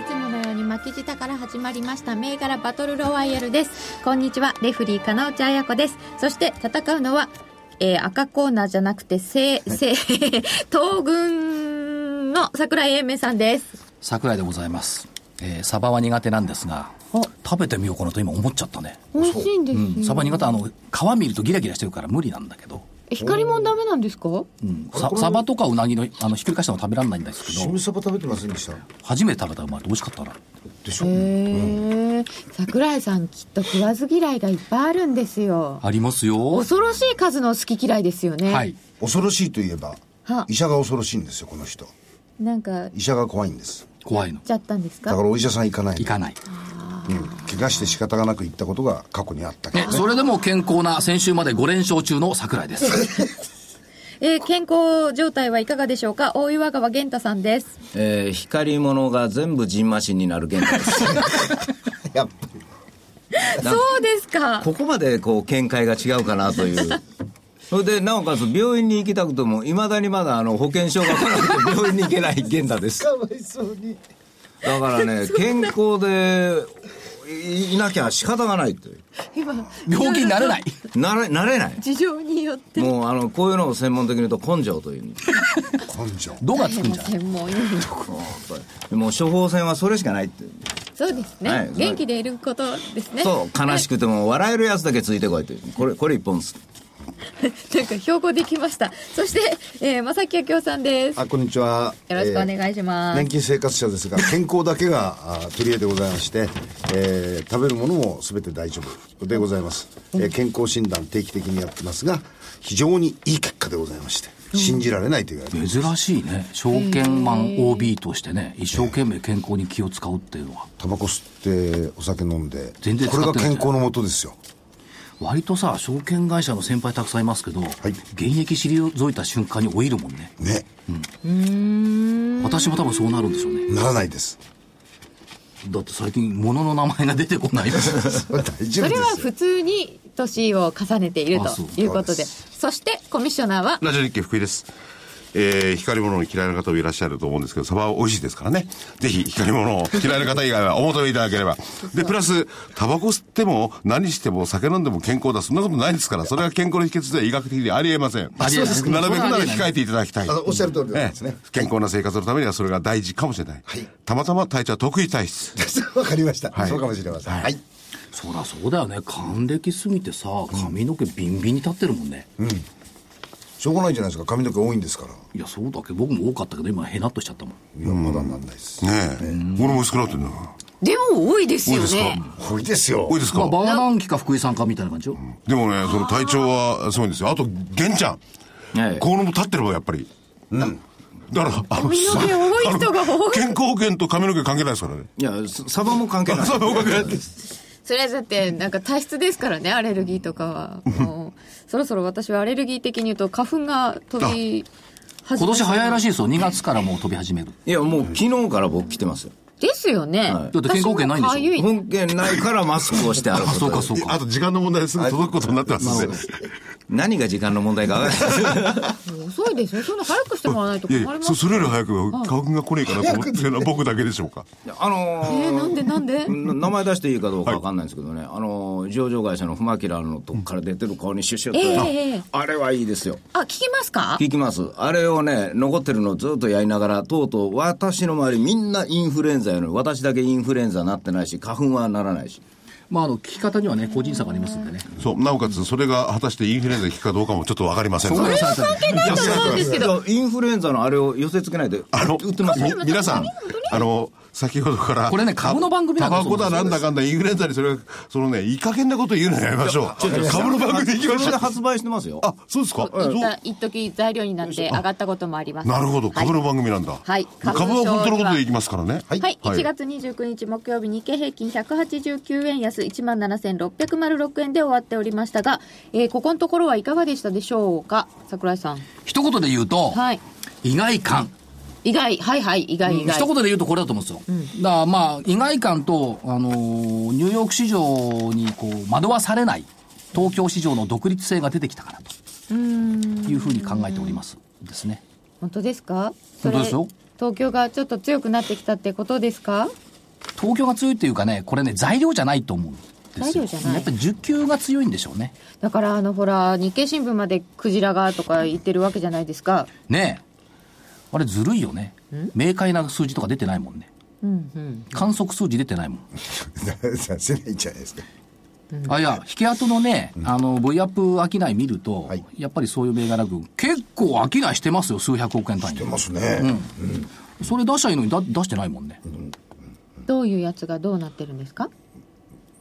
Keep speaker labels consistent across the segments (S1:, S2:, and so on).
S1: いつものように巻き舌から始まりました銘柄バトルロワイヤルです。こんにちは、レフリー金内彩子です。そして戦うのは、えー赤コーナーじゃなくて、せ、せ、 東軍の桜井英明さんです。
S2: 桜井でございます、えーサバは苦手なんですが食べてみようかなと今思っちゃったね
S3: 美味しいんですよ
S2: うん、サバ苦手あの皮見るとギラギラしてるから無理なんだけど、
S3: え光もんダメなんですか
S2: うん、さサバとかウナギのあのひっくり返したの食べられないんですけ
S4: し
S2: ど
S4: みそば食べてませんでした
S2: 初めて食べた生まれて美味しかったな
S4: でしょ、
S3: へえ桜井さんきっと食わず嫌いがいっぱいあるんですよ
S2: ありますよ
S3: 恐ろしい数の好き嫌いですよね
S2: はい
S4: 恐ろしいといえば
S3: は
S4: 医者が恐ろしいんですよこの人
S3: なんか
S4: 医者が怖いんです
S2: 怖いの
S3: ちゃったんです
S4: だ
S3: か
S4: からお医者さん行かない
S2: 行かない
S4: うん、怪我して仕方がなく行ったことが過去にあったけ
S2: ね
S4: ど、ね
S2: それでも健康な先週まで5連勝中の桜井です
S1: えー健康状態はいかがでしょうか大岩川玄太さんです。
S5: えー、光り物が全部ジンマシンになる現代です
S4: やっぱり
S1: そうですか。
S5: ここまでこう見解が違うかなというそれでなおかつ病院に行きたくてもいまだにまだあの保険証が来なくて病院に行けない現代です
S4: かわいそうに
S5: だか らね健康でいいなきゃ仕方がないという
S3: 今
S2: 病気になれない
S5: なれなれない
S3: 事情によって
S5: もうあのこういうのを専門的に言うと根性というんです
S4: 根 性
S2: 度がつくんじゃない
S3: 専門医
S5: もう処方箋はそれしかないっていう
S1: そうですね、
S5: はい
S1: 元気でいることですね。
S5: そう悲しくても笑えるやつだけついてこいというこれこれ一本です
S1: なんか標語できました。そして、えー、正木明夫さんです。よ
S4: あこんにちは
S1: ろしくお
S4: えー
S1: 願いします。
S4: 年金生活 者ですが健康だけがあー取り柄でございまして、えー食べるものも全て大丈夫でございます、えー健康診断定期的にやってますが非常にいい結果でございまして信じられないと言われてます
S2: 珍しいね証券マン OB としてね一生懸命健康に気を使うっていうのは
S4: タバコ吸ってお酒飲んで
S2: 全然使
S4: こ
S2: っ
S4: れ
S2: てない
S4: が健康のもとですよ
S2: 割とさ証券会社の先輩たくさんいますけど、
S4: い
S2: 現役退いた瞬間に老いるもんね
S4: ね
S2: 私も多分そうなるんでしょうね
S4: ならないです
S2: だって最近物の名前が出てこないです
S4: 大丈夫です
S3: そ
S4: よ
S3: れは普通に年を重ねている
S2: あそう
S3: ということでそしてコミッショナーは
S6: ラジオ日経福井です。えー、光り物の嫌いな方もいらっしゃると思うんですけど、サバは美味しいですからね。ぜひ、光り物を嫌いな方以外はお求めいただけ れば。で、プラス、タバコ吸っても、何しても、酒飲んでも健康だ。そんなことないですから、それは健康の秘訣では医学的にありえません。
S2: あそうですか
S6: なるべくなら控えていただきたい。
S4: あのおっしゃる通りなんですね
S6: ええ健康な生活のためにはそれが大事かもしれない。
S4: はい
S6: たまたま体調は得意体質。
S4: わかりました、
S6: はい
S4: そうかもしれません、はい
S2: そうだそうだよね還暦過ぎてさ髪の毛ビンビンに立ってるもんね、
S4: しょうがないじゃないですか髪の毛多いんですから
S2: いやそうだけど僕も多かったけど今へなっとしちゃったもん
S4: いやまだなんないです、
S6: ねえ。俺も薄くなってんな。
S3: でも多いですよね
S4: 多い ですよ
S6: 多いですか、
S2: まあ、バーナンキか福井さんかみたいな感じよ、
S6: でもね、その体調はすごいんですよ。あと、玄ちゃん。
S5: ええ
S6: このも立ってればやっぱり。だから、あの、
S3: 髪の毛多い人が多 い
S6: 健康保険と髪の毛関係ないですからね。
S5: いやササバも関係ない
S6: サバも関係ない
S3: それはだってなんか体質ですからねアレルギーとかはもうそろそろ私はアレルギー的に言うと花粉が飛び始
S2: 今
S3: め
S2: 年早いらしいですよ2月からもう飛び始める
S5: いやもう昨日から僕来てますよ
S3: ですよね、
S2: だって健康保険ないんでしょ
S3: 私も痒い
S5: 本件ないからマスクをして歩く
S2: あ
S5: こと
S2: そうかそう
S6: あ
S2: か
S6: と時間の問題ですぐ届くことになってますんで。
S5: 何が時間の問題か分からない
S3: 遅いですねそんな早くしてもらわないと
S6: い
S3: 困
S6: やい
S3: りま
S6: や、
S3: す
S6: そそれより早く、顔が来ねえかなと思ってるのは僕だけでしょうか。
S5: あのー
S3: えーなんでなんで
S5: な名前出していいかどうか分かんないんですけどね、あのー上場会社のフマキラのとこから出てる顔にシュッシュッと、
S3: ええええ
S5: あれはいいですよ
S3: あ聞きますか
S5: 聞きますあれをね残ってるのをずっとやりながらとうとう私の周りみんなインフルエンザやのに私だけインフルエンザなってないし花粉はならないし
S2: まああの聞き方にはね個人差がありますんでね
S6: そう、なおかつ、それが果たしてインフルエンザに効くかどうかもちょっとわかりませんから。
S3: ないと思うんですけど
S5: いやインフルエンザのあれを寄せ付けないで
S6: あの
S5: 売ってます、
S6: み皆さん、あの、先ほどから。
S2: これね株の番組な
S6: タ
S2: んだ
S6: バコだなんだかんだ、インフルエンザにそれが、そのね、いい加減なこと言うのやめましょう。株の番組で行きまし
S5: そ
S6: ょ
S5: れで
S6: う。
S5: 発売してますよ。
S6: あ、そうですかそう
S3: 一旦一時材料になって上がったこともあります。
S6: なるほど。株の番組なんだ。
S3: はい
S6: 株は本当のことでいきますからね。
S1: は
S6: は
S1: い、1月29日木曜日、日経平均189円安、17,606円で終わっておりましたが、えーここのところはいかがでしたでしょうか、桜井さん。
S2: 一言で言うと、
S3: はい。
S2: 意外感。
S3: 意外、はいはい、意外意
S2: 一
S3: 外。
S2: 言で言うとこれだと思うんですよ。だからまあ、意外感と、あのーニューヨーク市場にこう、惑わされない、東京市場の独立性が出てきたかなと。いうふうに考えております。ですね。
S3: 本当ですかそ
S2: 本当
S3: れ
S2: ですよ
S3: 東京がちょっと強くなってきたってことですか
S2: 東京が強いっていうかね、これね、材料じゃないと思うんですよ。
S3: 材料じゃない
S2: やっぱり需給が強いんでしょうね。
S3: だからあのほら日経新聞までクジラがとか言ってるわけじゃないですか
S2: ねえ。あれずるいよね。明快な数字とか出てないもんね。観測数字出てないもん。
S4: 出せないじゃないですか。
S2: あいや、引き跡のね、あの、V アップ商い見ると、
S4: はい
S2: やっぱりそういう銘柄群、結構商いしてますよ、数百億円単位
S4: 出
S2: で。
S4: ますね。
S2: それ出したらいいのにだ出してないもんね。
S3: どういうやつがどうなってるんですか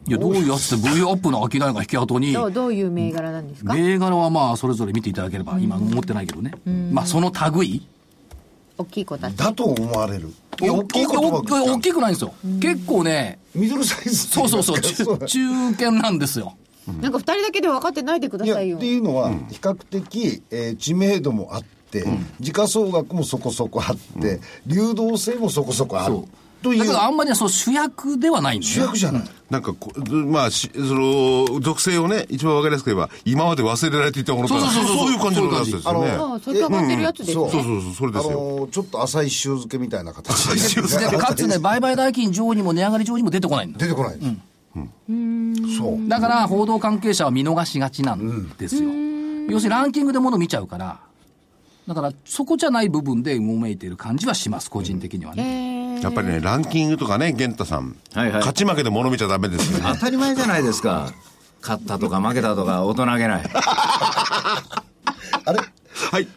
S2: いや、どういうやつって V アップの商いが引き跡に、
S3: どうどういう銘柄なんですか
S2: 銘柄はまあ、それぞれ見ていただければ、今持ってないけどね。まあ、その類。
S3: 大きい子たち
S4: だと思われる。いや、
S2: 大
S4: 大
S2: き
S4: きい
S2: い
S4: ことばっかり
S2: 大きくないんですよ。結構ね、
S4: ミドルサイズっ
S2: そ
S4: て言
S2: う
S4: い
S2: そう
S4: ます
S2: そ
S4: か。
S2: う、中中堅なんですよ。
S3: なんか二人だけで分かってないでくだ
S4: いやっ
S3: さ
S4: て
S3: いよ
S4: いうのは比較的、えー知名度もあって、時価総額もそこそこあって、流動性もそこそこある
S2: そう
S4: とい
S2: だ
S4: う
S2: けど、あんまりね、そう主役ではないんです
S4: 主役じゃない、
S6: なんかこ、まあ、しその、属性をね、一番わかりやすく言えば、今まで忘れられていたものとか、
S2: そうそうそうそう
S6: いう感じのやつですよね。
S3: あそれと上がってるやつです
S4: そ
S3: ね
S4: う
S6: そうそうそう、それ
S4: あ
S6: ですよ。
S4: のーちょっと浅い塩漬けみたいな形で
S2: でかつね、売買代金上にも値上がり上にも出てこないんだ
S4: 出てこないです、そう
S2: だから報道関係者は見逃しがちなんですよ。要するにランキングでもの見ちゃうから、だからそこじゃない部分でうごめいてる感じはします、個人的にはね。
S6: やっぱりね、ランキングとかね、玄太さん。
S5: はいはい
S6: 勝ち負けで物見ちゃダメですよね。
S5: 当たり前じゃないですか。勝ったとか負けたとか大人げない。
S4: あれ
S6: はい。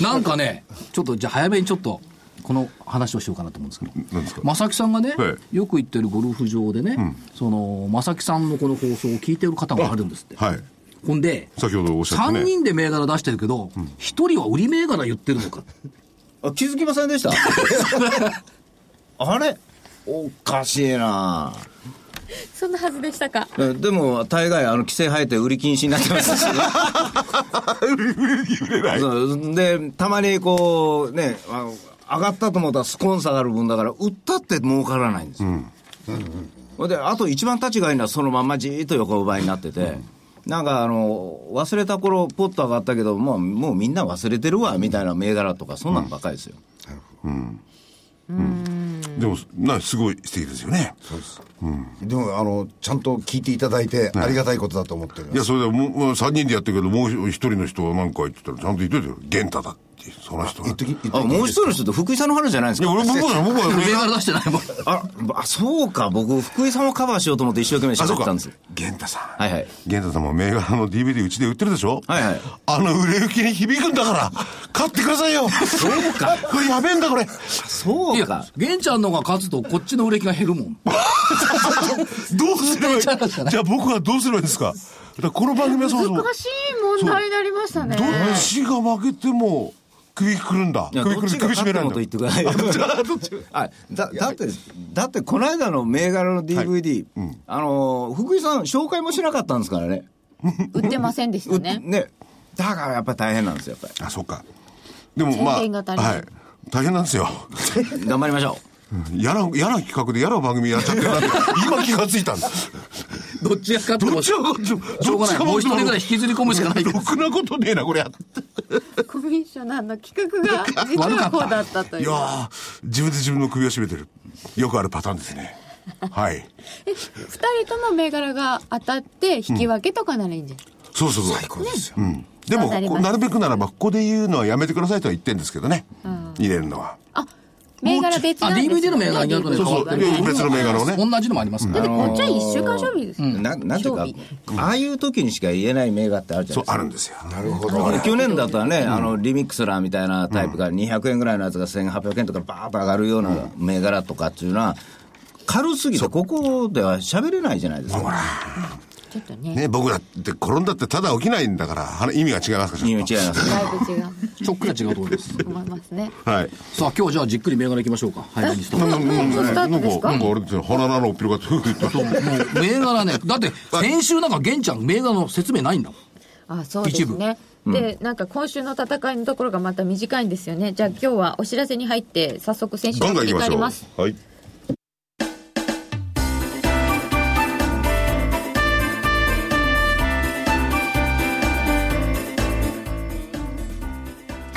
S2: なんかね、ちょっとじゃあ早めにちょっと、この話をしようかなと思うんですけど
S6: 何ですか、
S2: 正木さんがね、
S6: は
S2: よく行ってるゴルフ場でね、その、正木さんのこの放送を聞いてる方があるんですって。
S6: はい。
S2: ほんで、
S6: 先ほどおっしゃって
S2: 3
S6: ね。
S2: 人で銘柄出してるけど、1人は売り銘柄言ってるのか。
S5: あ気づきませんでした あれおかしいな
S1: そんなはずでしたか。
S5: えでも大概あの規制入って売り禁止になってますしそうでたまにこうねあの上がったと思ったらスコーン下がる分だから売ったって儲からないんですよ、ほんであと一番立ちがいいのはそのまんまじーっと横ばいになってて、なんかあの忘れた頃ポッと上がったけどもうもうみんな忘れてるわみたいな銘柄とかそんなんばっかりですよ、
S6: でも、な、すごい素敵ですよね。
S4: でもあのちゃんと聞いていただいてありがたいことだと思っており
S6: い
S4: ま
S6: や、
S4: す、
S6: それでもう、もう3人でやってるけど、もう一人の人は何か言ってたら、ちゃんと言っといてよ。玄太だって、その人は。
S4: 言っとき言っとき
S5: あもう一人の人って福井さんの話じゃないんです
S6: い
S5: か
S6: や、俺、僕は、僕は、
S2: 銘柄出してないもん。
S5: ああそうか僕福井さんをカバーしようと思って一生懸命
S6: あ、そ
S5: 喋っ
S6: う
S5: てた
S6: か
S5: んですよ。
S6: 玄太さん。
S5: はいはい
S6: 玄太さんも銘柄の DVD うちで売ってるでしょ
S5: はいはい
S6: あの売れ行きに響くんだから、買ってくださいよ。そうか。これやべえんだ、これ。
S5: そ
S2: いうや
S5: か、
S2: 玄ちゃんのが勝つと、こっちの売れ行きが減るもん。
S6: どうすればい
S2: ずっと言っ
S6: い
S2: ちゃいましたね
S6: じゃあ僕はどうすればいいんですかだからこの番組はそもそも、ど
S3: 難しい問題になりましたね
S6: っちが負けても、首くくるんだ。
S5: いや
S6: 首く
S5: ど
S6: る
S5: っ、ちが
S6: 首絞
S5: 勝
S6: め
S5: って
S6: ないん
S5: も
S6: だ
S5: と。言ってくださいよ あだだってだってこの間の銘柄の DVD、あのー福井さん紹介もしなかったんですからね
S3: 売ってませんでした
S5: う
S3: ね
S5: だからやっぱ大変なんですよやっぱ
S6: あ、そっか。でもまあ、
S3: 宣伝が足りない
S6: はい。大変なんですよ。
S5: り頑張りましょ
S6: 嫌な、嫌な企画で嫌な番組やっちゃってるなって、今気がついたんだ。
S2: どっちが勝って
S6: ど
S2: も
S6: っ
S2: し
S6: ち
S2: ょ
S6: が勝っても、
S2: うがない。もう一人ぐらい引きずり込むしかない
S6: ろ。くなことねえな、これ。
S3: コミッショナーの企画が実はこうだったとい
S6: いうやー自分で自分の首を絞めてる。よくあるパターンですね。はい。
S3: 二人とも銘柄が当たって引き分けとかならいいんじゃない、
S6: そうそうそう。
S4: 最高ですよ、
S6: うん。でも、
S3: そうなり
S6: こ
S3: ま
S6: う
S3: す
S6: なるべくならば、ここで言うのはやめてくださいとは言ってんですけどね。入れるのは。
S3: あ銘柄別なんですよ
S2: あ DVD の銘柄によるとね
S6: そうそう
S2: 変わってる
S6: 別の銘柄をね
S2: 同じのもありますね
S3: だってこっちは1週間勝負ですよ。
S5: ななんていうか
S3: 勝利、
S5: ああいう時にしか言えない銘柄ってあるじゃな
S6: そ、
S5: いう
S6: あるんですよ。
S4: なるほど。
S5: ですか。去年だったらね、あの、リミックスラーみたいなタイプが200円ぐらいのやつが1800円とかバーッと上がるような銘柄とかっていうのは、軽すぎてここでは喋れないじゃないですか。
S3: ちょっとね。
S6: ね、僕らって転んだってただ起きないんだから、あの意味が違いますから
S5: 意味違
S6: ちょっ
S5: います。
S3: だいぶ違う
S2: ちょっくら違うと思います
S3: と思いますね。
S6: と。はい。
S2: さあ今日じゃあじっくり銘柄いきましょうか早めにストップ
S6: なんか、なんかあれですよ、鼻の穴をピロがつくって言った
S2: そうもう銘柄ねだって先週なんか玄ちゃん銘柄の説明ないんだもん
S3: あ、そうですね。で、なんか今週の戦いのところがまた短いんですよね。じゃあ今日はお知らせに入って、早速選手
S6: ガンガン
S3: に
S6: 行きま
S3: りま
S6: し
S3: す。
S6: ょう。はい。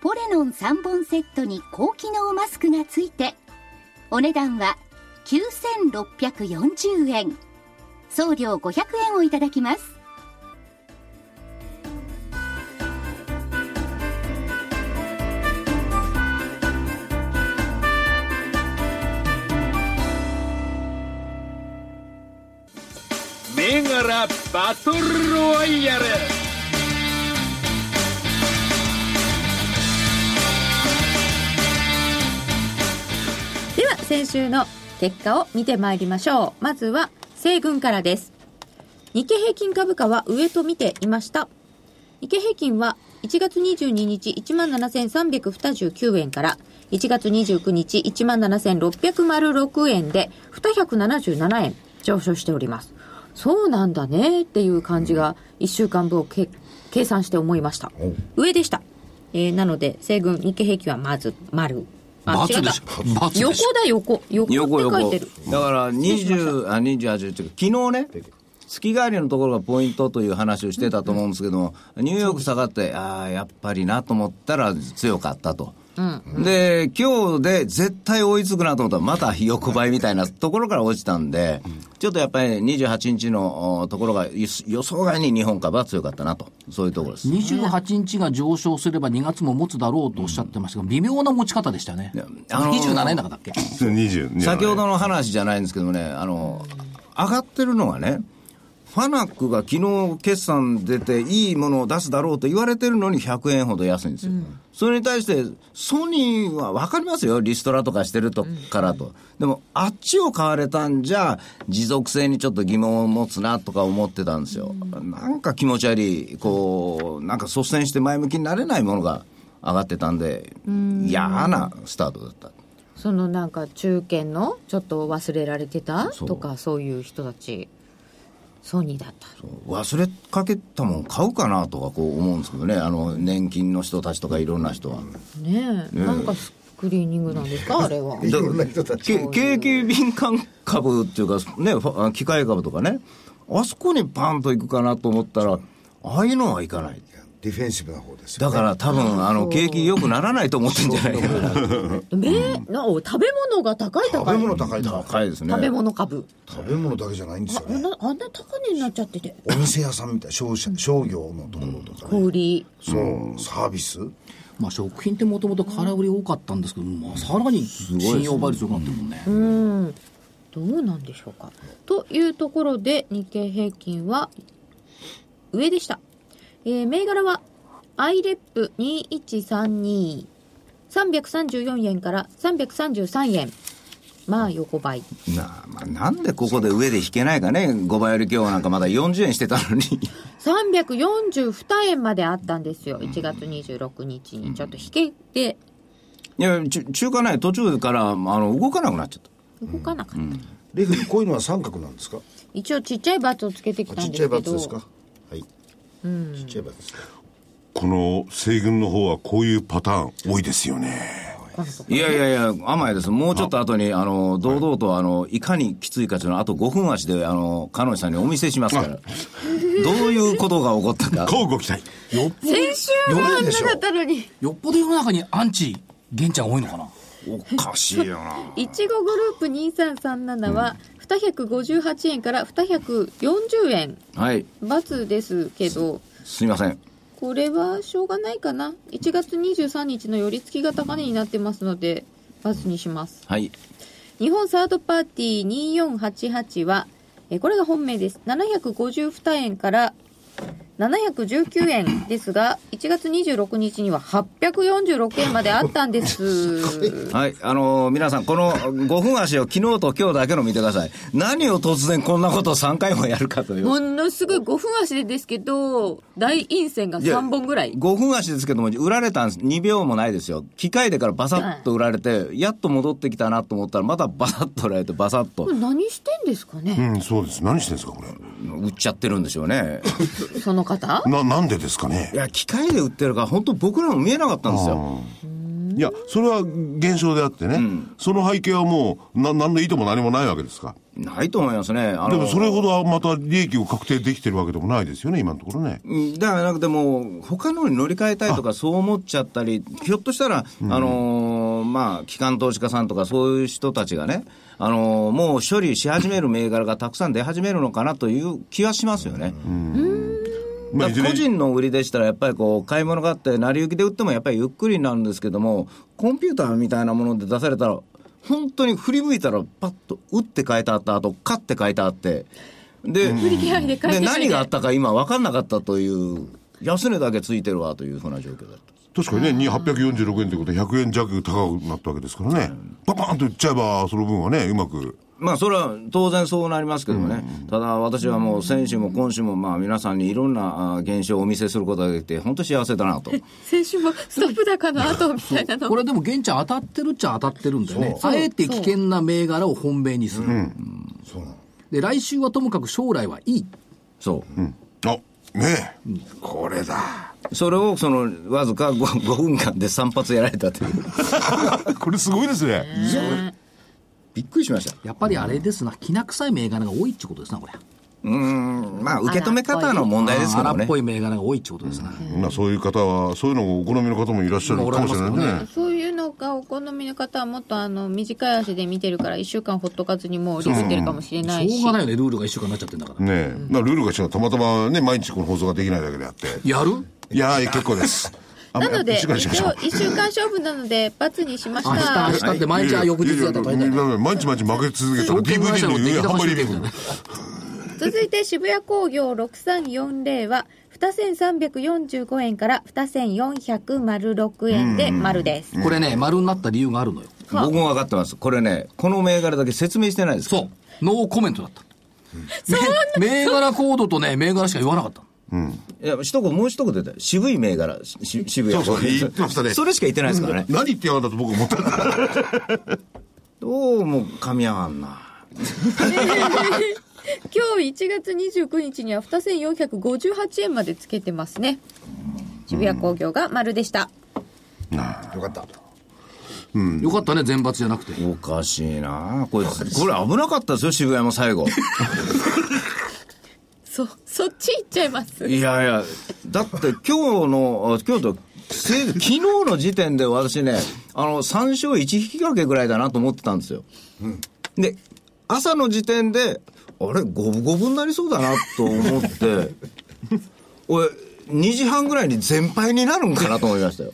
S7: ポレノン3本セットに高機能マスクがついてお値段は9640円送料500円をいただきます
S8: 銘柄バトルロワイヤル
S1: では先週の結果を見てまいりましょうまずは西軍からです日経平均株価は上と見ていました日経平均は1月22日17,329円から1月29日17,606円で277円上昇しておりますそうなんだねっていう感じが1週間分をけ計算して思いました上でした、えーなので西軍日経平均はまず丸あ
S2: 罰
S1: 違っ
S2: で
S1: た
S2: しょ罰
S1: 横
S2: でしょ
S1: だ横横
S5: 横
S1: って書い
S5: 横
S1: てる
S5: だから20あ28って昨日ね月帰りのところがポイントという話をしてたと思うんですけども、ニューヨーク下がって、ああ、やっぱりなと思ったら強かったと。で、今日で絶対追いつくなと思ったら、また横ばいみたいなところから落ちたんで、ちょっとやっぱり28日のおところが予想外に日本株は強かったなと、そういうところです。
S2: 28日が上昇すれば2月も持つだろうとおっしゃってましたが微妙な持ち方でしたよね、
S5: あのー
S2: 27円高だっけ
S6: 20。
S5: 先ほど
S6: の。
S5: の話じゃないんですけどもね、あの、上がってるのはね、ファナックが昨日決算出ていいものを出すだろうと言われてるのに100円ほど安いんですよ。それに対して、ソニーは分かりますよ、リストラとかしてるとからと。でも、あっちを買われたんじゃ、持続性にちょっと疑問を持つなとか思ってたんですよ。なんか気持ち悪い、こう、なんか率先して前向きになれないものが上がってたんで、嫌なスタートだった。
S1: そのなんか中堅のちょっと忘れられてた
S5: そう
S1: とかそういう人たちソニーだった
S5: 忘れかけたもん買うかなとかこう思うんですけどねあの年金の人たちとかいろんな人は
S1: ねえ、なんかスクリーニングなんですかあれは
S4: いろんな人たち。
S5: け景気敏感株っていうかねファ機械株とかねあそこにパンといくかなと思ったらああいうのはいかない
S4: ディフェンシブな方ですよ。
S5: だから多分あの景気良くならないと思ってんじゃないかな
S1: めなお食べ物が高い
S4: 食
S1: 高
S4: べ
S1: い
S4: 物高いな。
S5: 高いですね
S1: 食べ物株
S4: 食べ物だけじゃないんですよ
S1: あん
S4: ね。
S1: なあんな高値になっちゃってて
S4: お店屋さんみたい、商社商業のところとかね、
S1: 小売り
S4: そう、サービス。
S2: まあ、食品ってもともと空売り多かったんですけど、まあ、さらに信用倍率良くなってるもんね、
S1: うんどうなんでしょうかというところで日経平均は上でした、えー銘柄は IREP2132 334円から333円まあ横ばい
S5: なまあ、なんでここで上で引けないかね5倍より今日なんかまだ40円してたのに
S1: 342円まであったんですよ1月26日にちょっと引けて
S5: いやちゅ中華内途中からあの動かなくなっちゃった
S1: 動かなかった、
S4: レフリーこういうのは三角なんですか
S1: 一応ちっちゃいバツをつけてき
S4: あ
S1: た
S4: ち
S1: ん
S4: っ
S1: で
S4: ちゃい
S1: す
S4: バ
S1: け
S4: ツ
S1: ど
S4: ですかはいちっちゃいバツですか
S6: この西軍の方はこういうパターン多いですよね。
S5: いやいやいや甘いですもうちょっと後にあの堂々とあのいかにきついかというのはあと5分足であの彼女さんにお見せし ますからどういうことが起こったか
S6: こうご期待。
S2: よっぽど、
S3: 先週はあんなだったのに
S2: よっぽど世の中にアンチ、玄ちゃん多いのかな。
S5: おかしいよない
S1: ちごグループ2337は258円から240円
S5: はい
S1: バツですけど
S5: すいません
S1: これはしょうがないかな1月23日の寄り付きが高値になってますのでバツにします
S5: はい
S1: 日本サードパーティー2488は、えーこれが本命です。752円から719円ですが、1月26日には846円まであったんです。
S5: はいあのー皆さんこの5分足を昨日と今日だけの見てください何を突然こんなことを3回もやるかという
S1: ものすごい5分足でですけど、大陰線が3本ぐらい。
S5: 5分足ですけども、売られたんです2秒もないですよ。機械でからバサッと売られて、やっと戻ってきたなと思ったら、またバサッと売られて、バサッと
S1: これ何してんですか
S6: う
S1: ね、
S6: ん、そうです。何してんですか、これ。
S5: 売っちゃってるんでしょうね。
S1: その方
S6: な、なんでですかね
S5: い。や、機械で売ってるから、本当僕らも見えなかったんですよ。
S6: いや、それは現象であってね。その背景はもう、な、何の意図も何もないわけですか。
S5: ないと思いますね。あの
S6: でもそれほどはまた利益を確定できてるわけでもないですよね、今のところね。
S5: うんだからなんかでも、他のに乗り換えたいとか、そう思っちゃったり、ひょっとしたら、あのーまあ、機関投資家さんとか、そういう人たちがね、あのーもう処理し始める銘柄がたくさん出始めるのかなという気はしますよね。
S6: まあ、
S5: だか
S6: いずれ
S5: ら
S6: に
S5: 個人の売りでしたら、やっぱりこう買い物があって、成り行きで売ってもやっぱりゆっくりになるんですけども、コンピューターみたいなもので出されたら、本当に振り向いたら、パッと打って書いてあった後買って書いてあって、で、
S1: 嫌いで書い
S5: で
S1: てない
S5: 何があったか今、分かんなかったという、安値だけついてるわというふうな状況だった。
S6: 確かにね、846円ということで100円弱高くなったわけですからね。パパーンと売っちゃえば、その分はね、うまく。
S5: まあそれは当然そうなりますけどもね、ただ私はもう先週も今週もまあ皆さんにいろんなあ現象をお見せすることができて、本当幸せだなと。
S3: 先週もストップ高の後みたいな の
S2: これでも玄ちゃん当たってるっちゃ当たってるんだよね。あえて危険な銘柄を本命にする。
S4: そうなの
S2: で、来週はともかく将来はいい。
S5: そう。
S6: あ、ねえ。これだ。
S5: それをそのわずか 5, 5分間で3発やられたという
S6: これすごいですね。
S5: びっくりしました
S2: やっぱりあれですな、きな臭い銘柄が多いってことですな、これ。
S5: うーんまあ受け止め方の問題ですけ
S2: 荒
S5: ど
S2: っ
S5: ね
S2: ぽい銘柄が多いってことですな。
S6: まあそういう方は、そういうのがお好みの方もいらっしゃるかもしれな
S2: ま
S6: い
S2: あおられま
S6: ね。
S1: そういうのがお好みの方はもっとあの短い足で見てるから1週間ほっとかずにもう売り切ってるかもしれない
S2: しょ
S1: し
S2: うがないよね、ルールが一週間になっちゃってんだから。
S6: ねえ。まあルールが違う。たまたまね、毎日この放送ができないだけであって。
S2: やる
S6: いやー、結構です。あ
S1: なので、
S6: 一
S1: 一応
S6: 週間にしましょう
S1: 1週間勝負なので、×にしまし
S2: 明日、
S1: た
S2: 明。日って毎日は翌日やったら大
S6: いや
S2: 変だ
S6: いや
S2: よ。
S6: いや毎日毎日負け続けたら DVD の有販売リビング。
S1: 続いて、渋谷工業6340は、2345円から2406円で丸です。
S2: これね、丸になった理由があるのよ。
S5: 僕も分かってますこれねこの銘柄だけ説明してないです
S2: そう。ノーコメントだった。め銘柄コードとね、銘柄しか言わなかった。
S5: いや一言もう一言で渋い銘柄しし渋谷
S6: そうそう言ってましたね
S5: それしか言ってないですからね
S6: 何言ってやがんだと僕思 ったんだ。
S5: どうも噛み合わんな
S1: 今日1月29日には2458円までつけてますね。渋谷工業が丸でした。
S4: よかった
S2: よかったね、全抜じゃなくて。
S5: おかしいなこれこれ危なかったですよ渋谷も最後
S1: そ、 そっち行っちゃいます。
S5: いやいやだって今日のあ今日とせ昨日の時点で私ねあの3勝1引き分けぐらいだなと思ってたんですよで、朝の時点で、あれ、五分五分になりそうだなと思 って、俺、2時半ぐらいに全敗になるんかなと思いましたよ。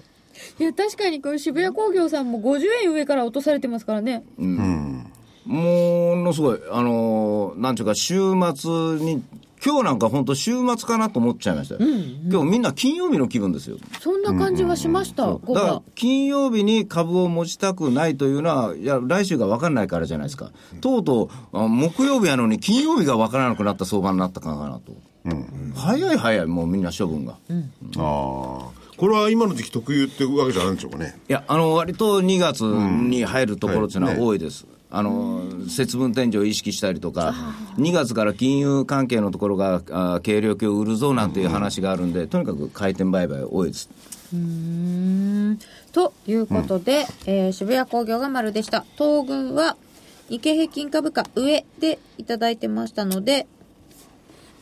S1: いや、確かにこれ渋谷工業さんも50円上から落とされてますからね。
S5: ものすごい、あのーなんていうか、週末に今日なんか本当週末かなと思っちゃいましたよ、今日みんな金曜日の気分ですよ
S3: そんな感じはしました、午
S5: だか
S3: 後
S5: ら金曜日に株を持ちたくないというのは、いや来週が分かんないからじゃないですか、とうとうあ木曜日やのに、金曜日が分からなくなった相場になったかなと、早い早い、もうみんな処分が。
S6: ああ。これは今の時期特有ってわけじゃないんでしょうかね。
S5: いや、あの割と2月に入るところっていうのは
S6: うんはい
S5: 多いです。あの節分天井を意識したりとか、2月から金融関係のところが、あ軽量級売るぞなんていう話があるんで、とにかく回転売買多いです。
S1: ということで、えー渋谷工業が丸でした。東軍は日経平均株価上でいただいてましたので、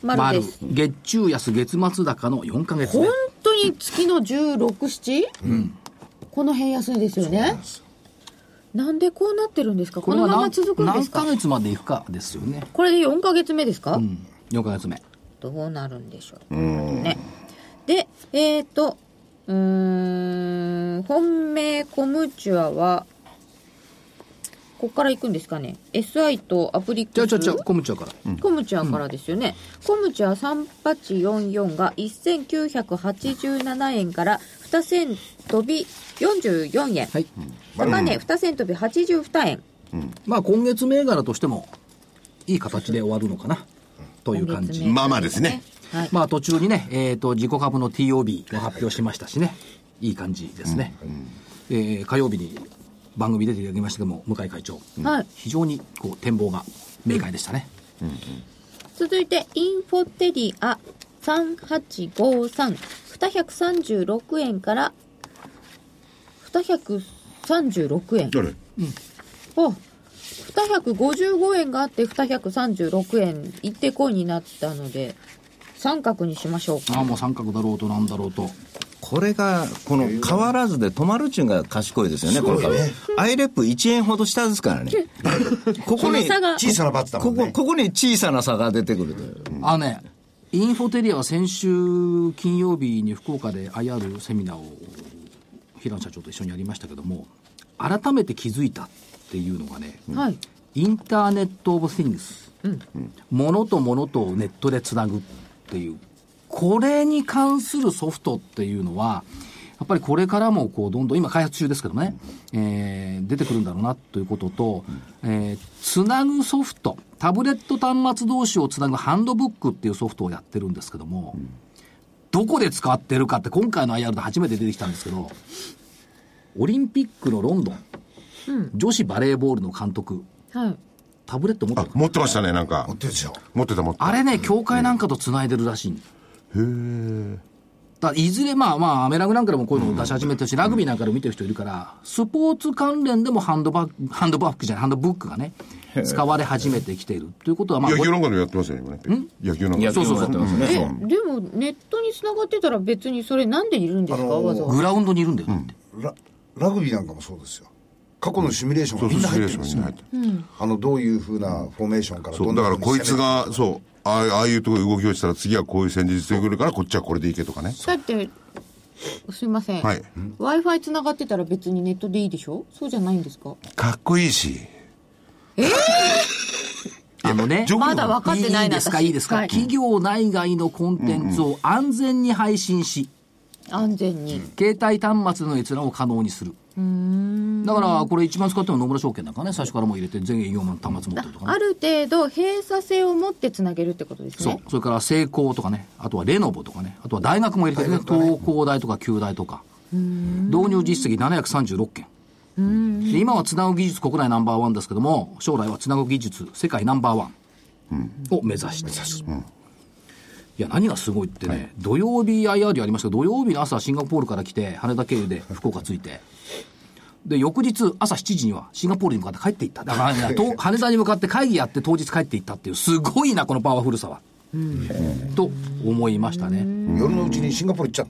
S1: 丸
S2: 丸
S1: です。
S2: 月中安月末高の4か月目
S3: 本当に月の16、7、この辺安いですよね。
S1: なんでこうなってるんですかこ
S2: これ
S1: の
S2: は
S1: まま
S2: 何
S1: 続くんで
S2: 何
S1: すか
S2: ヶ月までいくかですよね、
S1: これで4ヶ月目ですか、
S2: うん、4か月目
S1: どうなるんでしょうね。で、えっ、ー、と、うーん、本命コムチュアは、ここから行くんですかね ?SI とアプリックス
S2: じゃあじゃあじゃあコムチャから
S1: コムチャーからですよね、コムチャー3844が1987円から2銭飛び44円、
S2: はい、
S1: 高値2銭飛び82円
S2: まあ今月銘柄としてもいい形で終わるのかなという感じ
S1: 今月銘
S6: まあまあですね。
S1: はい、
S2: まあ途中にね、えー、と自己株の TOB を発表しましたしねいい感じですね、えー火曜日に番組出ていただきましたけども向井会長、
S1: はい
S2: 非常にこう展望が明快でしたね、
S1: 続いてインフォテリア3853236円から236円
S6: どれ
S1: お255円があって236円一定コインになったので三角にしましょうか
S2: ああもう三角だろうとなんだろうと
S5: これが、この変わらずで止まるちゅうんが賢いですよね、この株。アイレップ1円ほど下ですから ね。ここに、
S1: 差が
S4: 小さなバッツだも
S5: こ
S4: ん
S5: こ、
S4: ね。
S5: ここに小さな差が出てくるという。
S2: あのね、インフォテリアは先週金曜日に福岡で IR セミナーを平野社長と一緒にやりましたけども、改めて気づいたっていうのがね、
S1: はい
S2: インターネット・オブ・シングス、物と物とをネットでつなぐっていう、これに関するソフトっていうのは、やっぱりこれからもこうどんどん、今開発中ですけどね、えー出てくるんだろうなということと、えーつなぐソフト、タブレット端末同士をつなぐハンドブックっていうソフトをやってるんですけども、どこで使ってるかって今回の IR で初めて出てきたんですけど、オリンピックのロンドン、女子バレーボールの監督、
S1: はい
S2: タブレット持って
S6: あ
S2: る、
S6: 持ってましたね、なんか
S4: 持っ。てるでしょ。
S6: 持ってた、持ってた。
S2: あれね、教会なんかと繋いでるらしい。へだいずれまあまあ、アメラグなんかでもこういうのを出し始めてるし、ラグビーなんかでも見てる人いるから、スポーツ関連でもハンドバッグ、ハンドバッグじゃない、ハンドブックがね、使われ始めてきている。ということは、まあ、
S6: 野球なんかでもやってますよね、今ね。野球なんかでも。
S5: 野球もやってますね。
S1: えでもネットに繋がってたら別にそれなんでいるんですか、わざわざ
S2: グラウンドにいるんだよ、だって。
S4: ララグビーなんかもそうですよ。過去のシミュレーションがみんな
S6: シミュ
S4: 入っ
S6: レー
S4: て
S6: シ
S4: るんです
S6: ョ
S4: よ
S6: ンに入。ってる
S4: あの、どういうふうなフォーメーションから
S6: そ
S4: ど
S6: う、
S4: ん
S6: だ
S4: な
S6: から
S4: 風に
S6: こいつが、そう、ああああいうとこ動きをしたら次はこういう戦術で来るから、こっちはこれでいけとかね。
S3: だって、すいません。
S6: はい。
S3: Wi-Fi 繋がってたら別にネットでいいでしょそうじゃないんですか
S6: かっこいいし。
S2: あのね、
S3: まだ分かってない
S2: い
S3: な。
S2: ですか、
S3: 私
S2: いいですか、
S3: は
S2: 企業内外のコンテンツを安全に配信し、
S3: 安全に。
S2: 携帯端末の閲覧を可能にする。だから、これ一番使ってるのは野村証券なんかね、最初からもう入れて、全営業マン端末持ってるとかね
S1: あ。る程度閉鎖性を持ってつなげるってことです
S2: そう
S1: ね。
S2: それから成功とかね、あとはレノボとかね、あとは大学も入れてるね、東工大とか九大とか、導入実績736件。で今はつなぐ技術国内ナンバーワンですけども、将来はつなぐ技術世界ナンバーワンを目指して。いや、何がすごいってね、土曜日 IR やりましたけど土曜日の朝シンガポールから来て、羽田経由で福岡着いて、で、翌日朝7時にはシンガポールに向かって帰っていった。だから、 ね、と羽田に向かって会議やって当日帰っていったっていう、すごいな、このパワフルさは。と思いましたね。
S4: 夜のうちにシンガポール行っちゃう。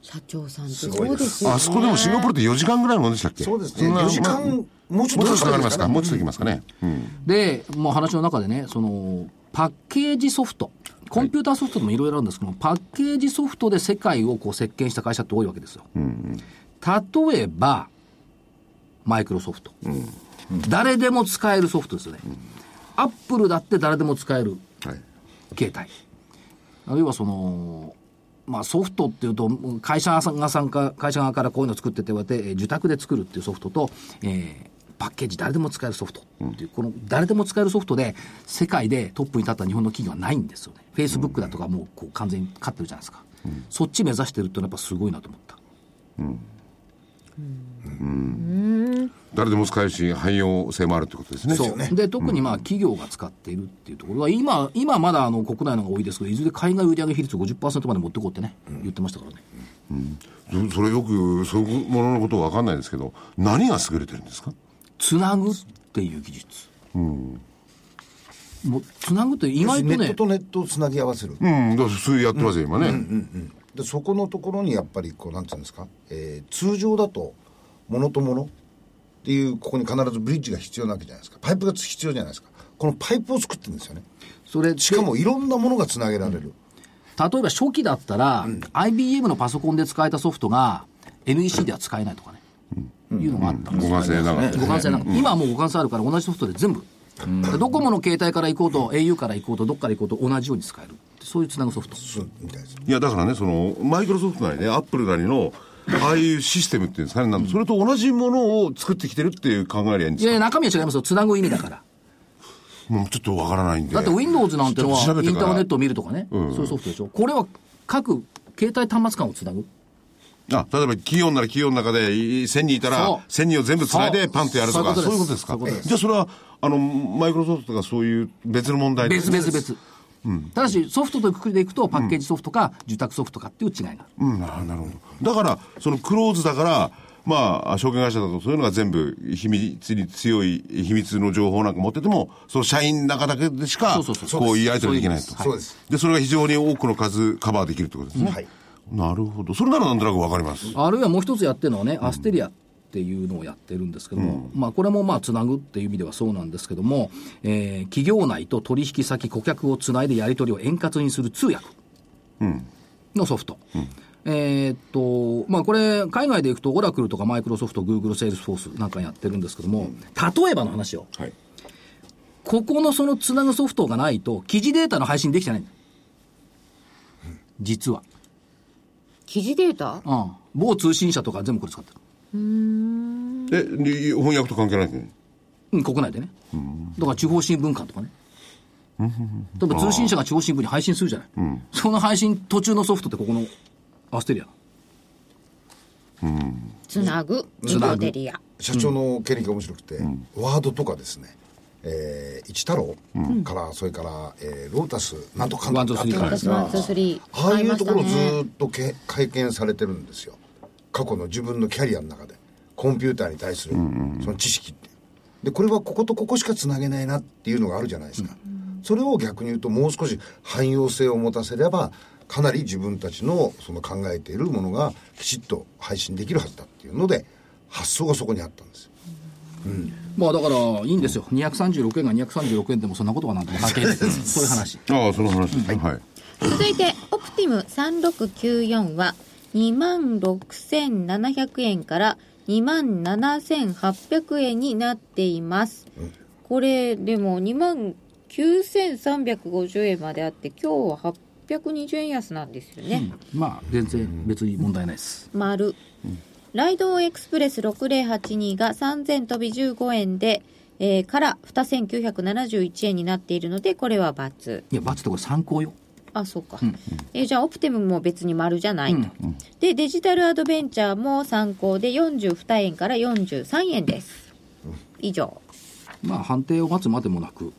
S1: 社長さんってそうですよね。
S6: あそこでもシンガポールって4時間ぐらいのもんでしたっけ
S4: そうですね。
S6: んな
S4: 4時間、
S6: まあ
S4: もうちょ
S6: も
S4: っ
S6: うちょ
S4: と
S6: っとかかりますか
S4: ね
S6: もうちょっといきますかね。うん。
S2: で、もう話の中でね、その、パッケージソフト、コンピューターソフトでもいろいろあるんですけども、パッケージソフトで世界をこう席巻した会社って多いわけですよ。例えば、マイクロソフト。誰でも使えるソフトですよね。アップルだって誰でも使える。
S6: はい。
S2: 携帯あるいはその、まあ、ソフトっていうと会社さんがさんか会社側からこういうの作ってって言われてえー受託で作るっていうソフトと、えーパッケージ誰でも使えるソフトっていう、この誰でも使えるソフトで世界でトップに立った日本の企業はないんですよねフェイスブックだとかもうこう完全に勝ってるじゃないですか、そっち目指してるっていうのはやっぱすごいなと思った
S6: 誰でも使えるし、汎用性もあるってことですね。
S4: よね
S2: そうで特にまあ企業が使っているっていうところは今今まだあの国内の方が多いですけどいずれ海外売上比率50%まで持ってこうってね言ってましたからね
S6: そそれよく、そういうもののことわかんないですけど、何が優れてるんですか
S2: つなぐっていう技術もうつなぐって意外と
S4: ネッ
S2: ね
S4: トとネットをつなぎ合わせる、
S6: うん、だから普通やってますよ、今ね。
S4: でそこのところにやっぱりこうなんていうんですか、えー通常だと物と物っていうここに必ずブリッジが必要なわけじゃないですかパイプが必要じゃないですかこのパイプを作ってるんですよね
S2: それで
S4: しかもいろんなものがつなげられる、
S2: 例えば初期だったら、IBM のパソコンで使えたソフトが NEC では使えないとかね、いうのがあったんです
S6: 互換性なかったです
S2: 互
S6: ね
S2: 換性なんか、今はもう互換性あるから同じソフトで全部、ドコモの携帯から行こうと au から行こうとどっから行こうと同じように使えるそういうつなぐソフト
S4: そうみたいです
S6: いや、だからね、その、マイクロソフトなりね、アップルなりの、ああいうシステムっていうんですかね、なんそれと同じものを作ってきてるっていう考えりゃいいんで
S2: い
S6: す
S2: やい
S6: か
S2: や中身は違いますよつなぐ意味だから
S6: もうちょっとわからないんで。
S2: だって Windows なんてのは
S6: ちょっと調べ
S2: インタ
S6: から
S2: ーネットを見るとかね、そういうソフトでしょこれは各携帯端末間をつなぐ
S6: あ、例えば企業なら企業の中でい1000人いた
S2: そ
S6: ら
S2: う、
S6: 1000人を全部つない
S2: そ
S6: で
S2: う
S6: パンとやるとか、
S2: そ
S6: そうう
S2: い
S6: いうう
S2: こで
S6: こととです
S2: そ
S6: すか
S2: ういうことで。す
S6: じゃあそれは、あの、マイクロソフトとかそういう別の問題
S2: 別々別うん、ただしソフトとくくりでいくとパッケージソフトか受託ソフトかっていう違いがある
S6: うん、あーなるほど。だから、そのクローズだから、まあ、証券会社だとそういうのが全部秘密に強い秘密の情報なんか持ってても、その社員の中だけでしか、
S2: そ
S6: こ
S2: うそうそう
S6: う言い合えてできないと。
S4: そうです
S6: で、それが非常に多くの数カバーできるってことですね。
S4: はい
S6: なるほど。それならなんとなくわかります。
S2: あるいはもう一つやってるのはね、アステリアっていうのをやってるんですけども、まあこれもまあつなぐっていう意味ではそうなんですけども、えー企業内と取引先、顧客をつないでやり取りを円滑にする通訳のソフト。えーっと、まあこれ、海外で行くと、オラクルとかマイクロソフト、グーグル、セールスフォースなんかやってるんですけども、例えばの話よ。
S6: はい。
S2: ここのそのつなぐソフトがないと、記事データの配信できてないんだ。実は。
S3: 記事データ
S2: うん。某通信社とか全部これ使ってる。
S6: え、に翻訳と関係ないんですね。
S2: うん、国内でね。だから地方新聞館とかね。例えば通信社が地方新聞に配信するじゃない。その配信途中のソフトってここのアステリア。
S3: つなぐ
S2: つ
S3: ジ
S2: なぐ
S3: ゴデリア
S4: 社長の経歴が面白くて、ワードとかですね、えー一太郎から、それから、えーロータスなんとかなんとか
S2: ワンツースリー
S4: あったじゃ
S3: 私ワ
S4: ない
S3: ン
S4: ですかああいう
S3: ツースリー
S4: ところをず
S3: ね
S4: ーっとけ会見されてるんですよ過去の自分のキャリアの中でコンピューターに対するその知識ってでこれはこことここしかつなげないなっていうのがあるじゃないですか、それを逆に言うともう少し汎用性を持たせればかなり自分たちのその考えているものがきちっと配信できるはずだっていうので発想がそこにあったんですよ
S2: まあだから、いいんですよ。236円が236円でもそんなことはなんとも関係ない。そういう話。
S6: ああ、その話ですね。はい。
S1: 続いてオプティム3694は2万6700円から2万7800円になっていますこれでも2万9350円まであって今日は820円安なんですよね、
S2: まあ、全然別に問題ないです。
S1: 丸、ライドオンエクスプレス6082が3000飛び15円で、えーから2971円になっているのでこれは×
S2: いや、罰ってこれ参考よ。
S1: あそうか、えーじゃあオプティムも別に丸じゃないと、でデジタルアドベンチャーも参考で42円から43円です以上
S2: まあ、判定を待つまでもなく、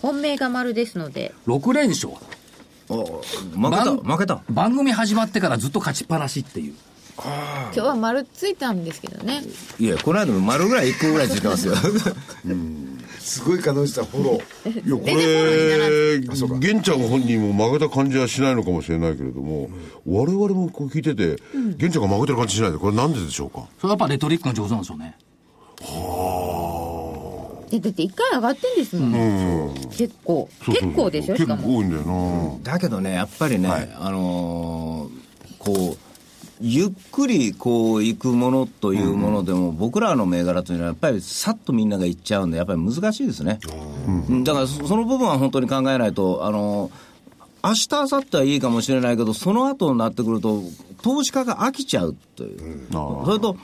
S1: 本命が丸ですので
S2: 6連勝。
S5: お負けた、
S2: 番
S5: 負けた。
S2: 番組始まってからずっと勝ちっぱなしっていう。
S3: 今日は丸ついたんですけどね
S5: いや、この間も丸ぐらい1個ぐらいついてますよ。
S4: すごい金内さんフォロー
S6: いやこれ玄ちゃん本人も負けた感じはしないのかもしれないけれども、我々もこう聞いてて玄、ちゃんが負けてる感じしないでこれなんででしょうか
S2: それはやっぱレトリックが上手なんでしょうね。
S1: えだって1回上がってんですもん、結構
S6: そうそうそう
S1: 結構ですよし
S6: 結
S1: か
S6: 構
S1: も
S6: 多いんだよな、
S5: だけどねやっぱりね、あのーこうゆっくりこう行くものというものでも、僕らの銘柄というのはやっぱりさっとみんなが行っちゃうんでやっぱり難しいですね、うんだからそその部分は本当に考えないとあのー明日、明後日はいいかもしれないけど、その後になってくると、投資家が飽きちゃうという。それと、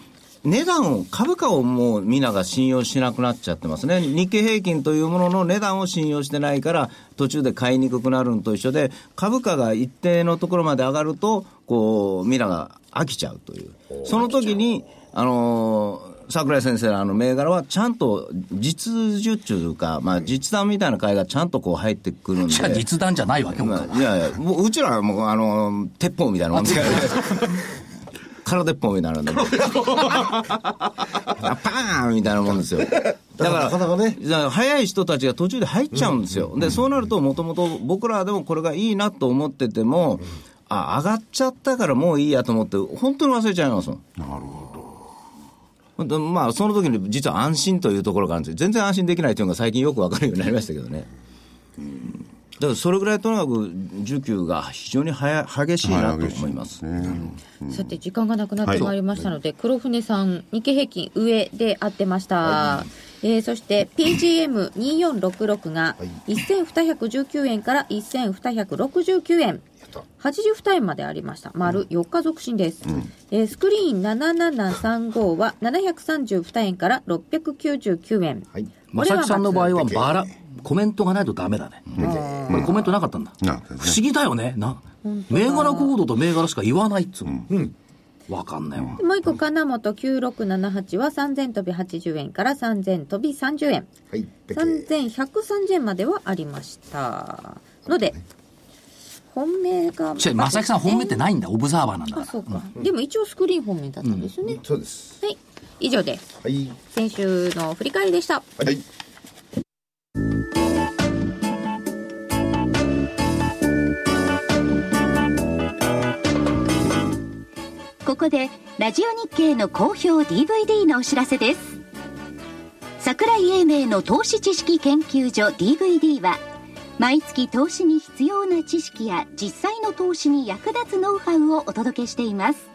S5: 値段を、株価をもう皆が信用しなくなっちゃってますね。日経平均というものの値段を信用してないから、途中で買いにくくなるのと一緒で、株価が一定のところまで上がると、こう、皆が飽きちゃうという。その時に、あのー桜井先生のあの銘柄はちゃんと実需というか、まあ、実弾みたいな買いがちゃんとこう入ってくるんで。
S2: しか実弾じゃないわけも
S5: まあいやいや、もううちらはもう、あの、鉄砲みたいなもんですから。 空鉄砲みたいなもんで。パーンみたいなもんですよ。だから、
S4: なかなかね
S5: だから早い人たちが途中で入っちゃうんですよ。で、そうなると、もともと僕らでもこれがいいなと思ってても、あ、上がっちゃったからもういいやと思って、本当に忘れちゃいますもん。でまあ、その時に実は安心というところがあるんですよ全然安心できないというのが最近よくわかるようになりましたけどね。だからそれぐらいとにかく需給が非常にはや激しいなと思います。
S1: さて時間がなくなってまいりましたので、黒船さん日経平均上で合ってました、えーそして PGM2466 が1219円から1269円82円までありました丸4日続伸です、えースクリーン7735は732円から699円、
S4: はい
S2: まさきさんの場合は
S4: 松
S2: バラ、コメントがないとダメだね。これコメントなかったんだ。
S6: なるほどね
S2: 不思議だよね。な、銘柄コードと銘柄しか言わないっつうの。わかんないわ。
S1: もう一個金本9678は3000飛び80円から3000飛び30円
S4: はいペケ
S1: 3130円まではありましたので本命が
S2: 違う、まさきさん本命ってないんだ。オブザーバーなんだ
S1: あ
S2: から。
S1: そうか、でも一応スクリーン本命だったんですね、
S4: そうです
S1: はい以上で
S4: はい
S1: 先週の振り返りでした
S4: はい
S7: ここでラジオ日経の好評 DVD のお知らせです桜井英明の投資知識研究所 DVD は毎月投資に必要な知識や実際の投資に役立つノウハウをお届けしています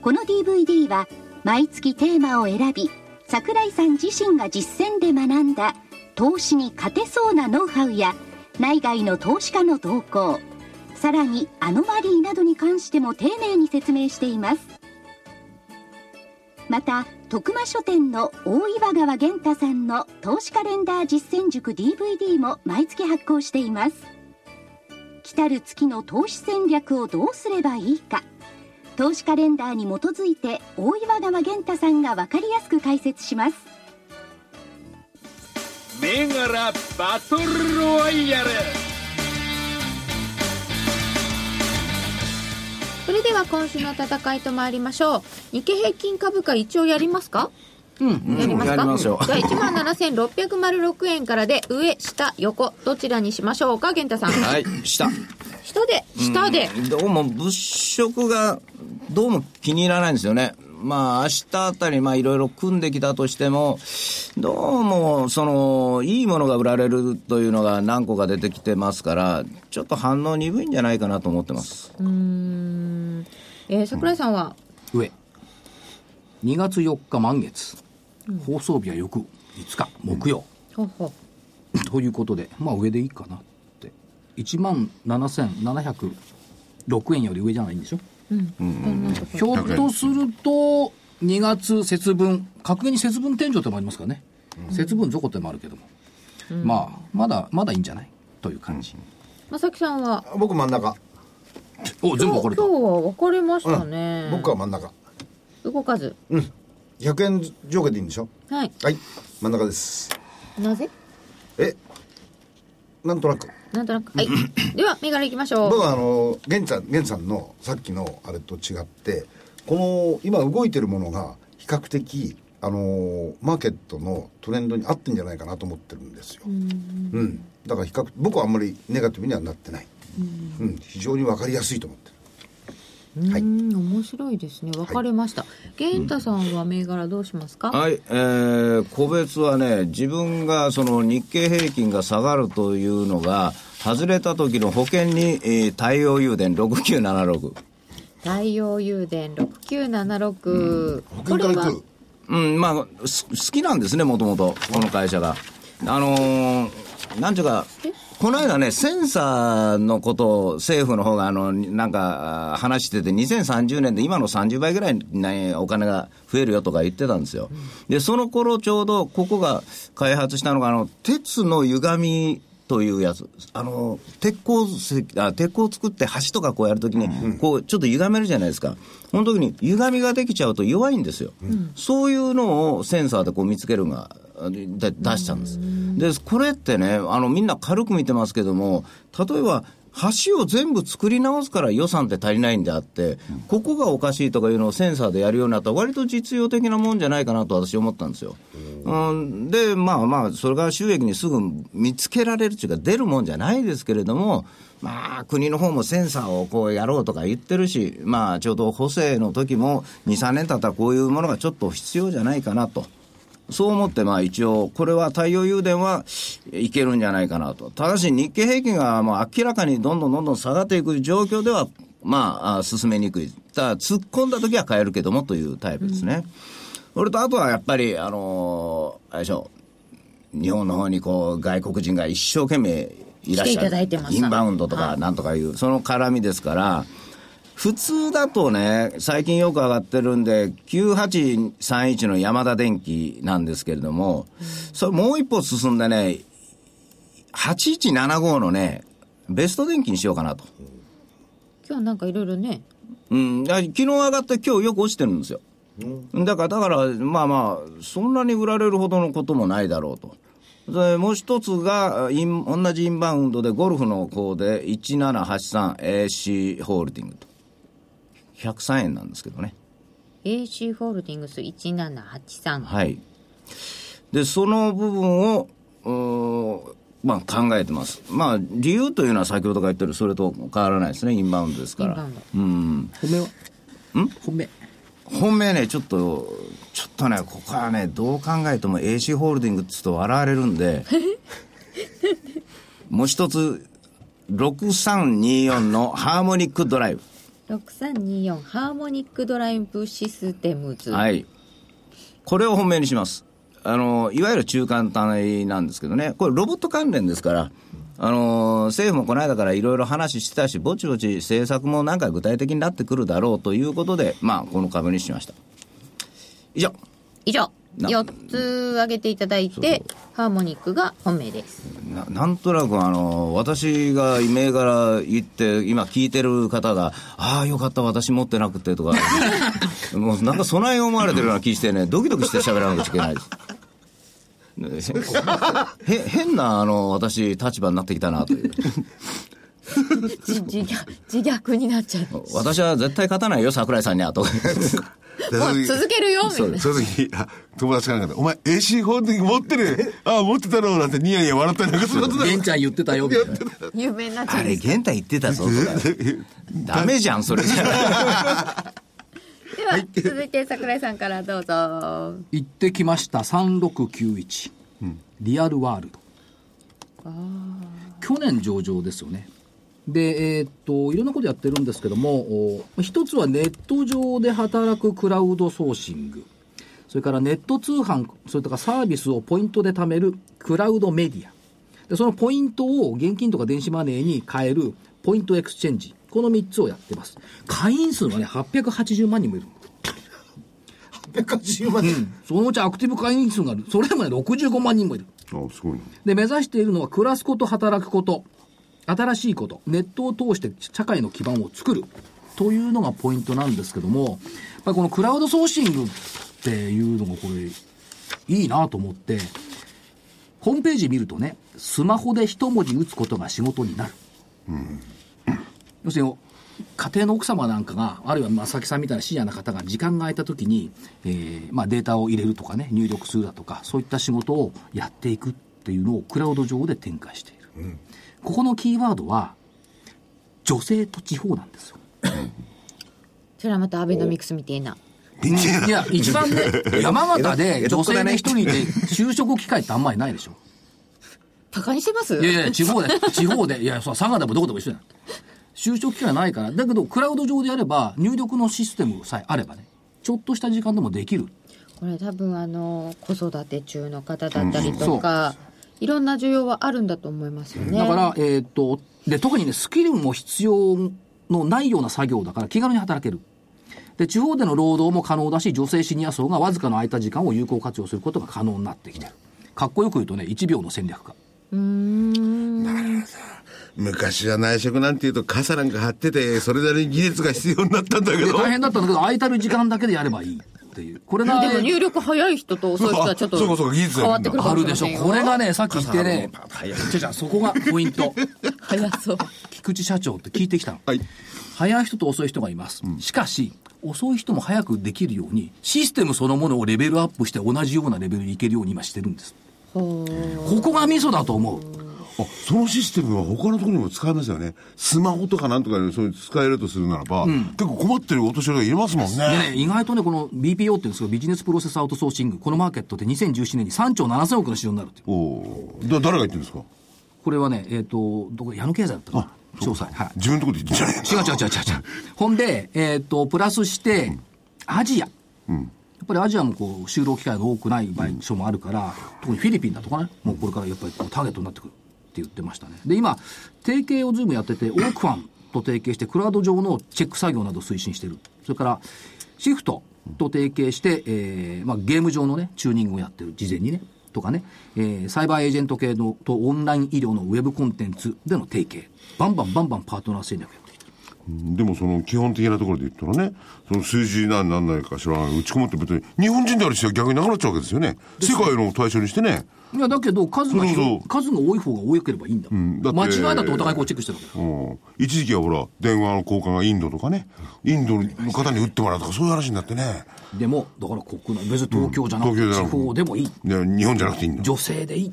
S7: この DVD は毎月テーマを選び桜井さん自身が実践で学んだ投資に勝てそうなノウハウや内外の投資家の動向さらにアノマリーなどに関しても丁寧に説明していますまた徳間書店の大岩川源太さんの投資カレンダー実践塾 DVD も毎月発行しています来たる月の投資戦略をどうすればいいか投資カレンダーに基づいて大岩川源太さんが分かりやすく解説します
S8: 銘柄バトルロワイヤル
S1: それでは今週の戦いと参りましょう日経平均株価一応やりますかうん、やりますか
S5: やりますよ
S1: じゃあ1万7606円からで上下横どちらにしましょうか源太さん、
S5: はい、下。
S1: 下で下で、
S5: どうも物色が、どうも気に入らないんですよね。まあ、明日あたり、まあ、いろいろ組んできたとしても、どうも、その、いいものが売られるというのが何個か出てきてますから、ちょっと反応鈍いんじゃないかなと思ってます。
S1: えー桜井さんは
S2: 上。2月4日満月。放送日は翌5日木曜。
S1: ほうほう
S2: ということで、まあ上でいいかなって。1万7706円より上じゃないんでしょひょっとすると、2月節分、格言に節分天井ってもありますからね。節分底ってもあるけども。まあ、まだ、まだいいんじゃないという感じ。
S1: まさきさんは
S4: 僕真ん中
S2: お、全部こ
S1: 今
S2: れた。
S1: 日今日は分かれましたね、
S4: 僕は真ん中
S1: 動かず
S4: 100円上下でいいんでしょ
S1: はい
S4: はい真ん中です
S1: なぜ
S4: えなんとなく
S1: なんとな くはいでは銘柄いきましょ
S4: 僕
S1: う
S4: はあの源さん源さんのさっきのあれと違ってこの今動いてるものが比較的あのマーケットのトレンドに合ってんじゃないかなと思ってるんですようん、だから比較僕はあんまりネガティブにはなってないうん、非常に分かりやすいと思ってるは
S1: う
S4: い
S1: ん面白いですね分かれました源太さんは銘柄どうしますか、
S5: はい、えー個別はね、自分がその日経平均が下がるというのが、外れた時の保険に、えー太陽誘電6976。
S1: 太陽誘電6976、
S4: 保険から行く
S5: うん、まあ、す好きなんですね、もともと、この会社が。あのーなんていうか、
S2: この間ね、センサーのことを政府の方があの、なんかあ話してて、2030年で今の30倍ぐらいに、ね、お金が増えるよとか言ってたんですよ。で、その頃ちょうどここが開発したのが、あの、鉄の歪み、というやつ。あの、鉄鋼石あ、鉄鋼を作って橋とかこうやるときに、こう、ちょっと歪めるじゃないですか。この時に歪みができちゃうと弱いんですよ。そういうのをセンサーでこう見つけるのが、で出したんです。で、これってね、あの、みんな軽く見てますけども、例えば、橋を全部作り直すから予算って足りないんであって、ここがおかしいとかいうのをセンサーでやるようになったら、割と実用的なもんじゃないかなと私思ったんですよ。うん、で、まあまあ、それが収益にすぐ見つけられるというか、出るもんじゃないですけれども、まあ、国の方もセンサーをこうやろうとか言ってるし、まあ、ちょうど補正の時も、2、3年経ったらこういうものがちょっと必要じゃないかなと。そう思って、まあ一応、これは太陽誘電はいけるんじゃないかなと。ただし日経平均がもう明らかにどんどんどんどん下がっていく状況では、まああ、進めにくい。ただ、突っ込んだ時は変えるけどもというタイプですね。それとあとはやっぱり、あのーあれでしょう、日本の方にこう、外国人が一生懸命いらっしゃる。
S1: 来ていただいてます
S2: インバウンドとかなんとかいう、その絡みですから、普通だとね、最近よく上がってるんで、9831の山田電機なんですけれども、それもう一歩進んでね、8175のね、ベスト電機にしようかなと。
S1: 今日なんかいろいろね
S2: うん、だから昨日上がって今日よく落ちてるんですよ。だから、だから、まあまあ、そんなに売られるほどのこともないだろうと。でもう一つが、イン同じインバウンドでゴルフの方で 1783AC ホールディングと。103円なんですけどね。
S1: AC ホールディングス1783、
S2: はい。で、その部分を、うーまあ考えてます。まあ理由というのは先ほどから言ってる、それと変わらないですね、インバウンドですから。
S1: インバウン
S2: う
S1: ド
S2: ん。
S3: 本命はん本命。
S2: 本命ね、ちょっと、ちょっとね、ここはね、どう考えても AC ホールディングっつうと笑われるんで、もう一つ、6324のハーモニックドライブ。
S1: 6324ハーモニックドライブシステムズ、
S2: はい。これを本命にします。あの、いわゆる中間体なんですけどね、これロボット関連ですから、あの、政府もこの間からいろいろ話してたし、ぼちぼち政策もなんか具体的になってくるだろうということで、まあ、この株にしました。以上。
S1: 以上
S2: な
S1: 4つ挙げていただいてハーモニックが本命です
S2: ななんとなくあの私が銘柄言って今聞いてる方が「ああよかった私持ってなくて」とか もうなんかそない思われてるような気してねドキドキして喋らなきゃいけない ですねへ変なあの私立場になってきたなという
S1: 自自虐自虐になっちゃう
S2: 私は絶対勝たないよ桜井さんにはとか
S6: で
S9: もう
S6: その
S9: 続
S6: 時
S9: けるよみたいな
S6: その時、あ友達からなんかで、お前 AC ホールディング持ってるああ、持ってたろうなんてニヤニヤ笑ったりなんかすることだ
S3: ベンちゃん言ってたよ、みたいな。
S9: 有名になっちゃ
S2: あ
S9: う
S2: れ源太言ってたぞとかダメじゃんそれじゃ
S1: では、続いて桜井さんからどうぞ
S3: 行ってきました3691、リアルワールド去年上場ですよねでえーっといろんなことやってるんですけどもお一つはネット上で働くクラウドソーシングそれからネット通販それとかサービスをポイントで貯めるクラウドメディアでそのポイントを現金とか電子マネーに変えるポイントエクスチェンジこの3つをやってます会員数がね880万人もいる
S4: 180万人。
S3: そのうちアクティブ会員数がある。それもね、65万人もいる。
S6: あすごいな。
S3: で、目指しているのは、暮らすこと、働くこと、新しいこと、ネットを通して社会の基盤を作る。というのがポイントなんですけども、やっぱりこのクラウドソーシングっていうのがこれ、いいなと思って、ホームページ見るとね、スマホで一文字打つことが仕事になる。要するに家庭の奥様なんかがあるいは正木さんみたいなシニアな方が時間が空いた時に、えーまあ、データを入れるとかね入力するだとかそういった仕事をやっていくっていうのをクラウド上で展開している、ここのキーワードは女性と地方なんですよ
S1: それはまたアベノミクスみたいない
S3: や一番ね 山形で
S2: 江戸
S3: 女
S2: っ子
S3: 性
S2: だ
S3: の
S2: ね
S3: 一人で就職機会ってあんまりないでしょ
S9: バカにしてます
S3: いやいや、地方で、地方で、いや、そう佐賀でもどこでも一緒だ。就職機会ないから、だけど、クラウド上でやれば、入力のシステムさえあればね、ちょっとした時間でもできる。
S1: これ多分あの子育て中の方だったりとか、いろんな需要はあるんだと思いますよね。
S3: だから、えーっと、で、特にね、スキルも必要のないような作業だから気軽に働ける。で、地方での労働も可能だし、女性シニア層がわずかの空いた時間を有効活用することが可能になってきてる。かっこよく言うとね、1秒の戦略化。
S6: 昔は内職なんていうと傘なんか張ってて、それなりに技術が必要になったんだけ
S3: で、
S6: ど。
S3: 大変だったんだけど、空いたる時間だけでやればいいっていう。これが、
S1: でも入力早い人と遅い人はちょっと
S6: あそうかそうか技術
S1: 変わってくるかも
S3: ある
S1: しれ
S3: で
S1: ま
S3: し
S1: せ
S3: ょ
S1: ん。よ
S3: これがね、さっき言ってね、じゃじゃそこがポイント。
S1: 早そう。
S3: 菊池社長って聞いてきたの。
S6: はい。
S3: 早い人と遅い人がいます。しかし、遅い人も早くできるように、システムそのものをレベルアップして同じようなレベルにいけるように今してるんです。ここがミソだと思う。
S6: あそのシステムは他のところにも使えますよね。スマホとかなんとかでそういう使えるとするならば、結構困ってるお年寄りがいますもん
S3: で
S6: ね。
S3: ね、意外とね、この BPO っていうんですが、ビジネスプロセスアウトソーシング、このマーケットって2017年に3兆7000億の市場になるっていう。
S6: おおー。だ誰が言ってるんですか
S3: これはね、えっ、と、どこ、矢野経済だったかな詳細。はい。
S6: 自分のところで言ってんじゃない
S3: 違う違う違う違う違う。ほんで、えっ、と、プラスして、アジア。やっぱりアジアもこう、就労機会が多くない場所もあるから、特にフィリピンだとかね、もうこれからやっぱりこうターゲットになってくるって言ってましたね。で、今、提携をズームやってて、オークファンと提携して、クラウド上のチェック作業などを推進してる。それから、シフトと提携して、えーまあ、ゲーム上のね、チューニングをやってる、事前にね。とかね、えーサイバーエージェント系のとオンライン医療のウェブコンテンツでの提携。バンバンバンバンパートナー戦略やってきてる
S6: でもその基本的なところで言ったらね、その数字なんなんないか知らない打ち込むって別に日本人である人は逆になくなっちゃうわけですよね。世界の対象にしてね。
S3: いや、だけど、数が
S6: そうそう
S3: 広い、数が多い方が多ければいいんだ。
S6: だって
S3: 間違いだとお互いこうチェックしてるわけだ。
S6: うん、一時期はほら、電話の交換がインドとかね、インドの方に打ってもらうとかそういう話になってね。
S3: でも、だから国内、別に東京じゃなくて、
S6: 東京じゃ
S3: 地
S6: なくて
S3: 方でもいい。
S6: で日本じゃなくていいんだ。
S3: 女性でいい。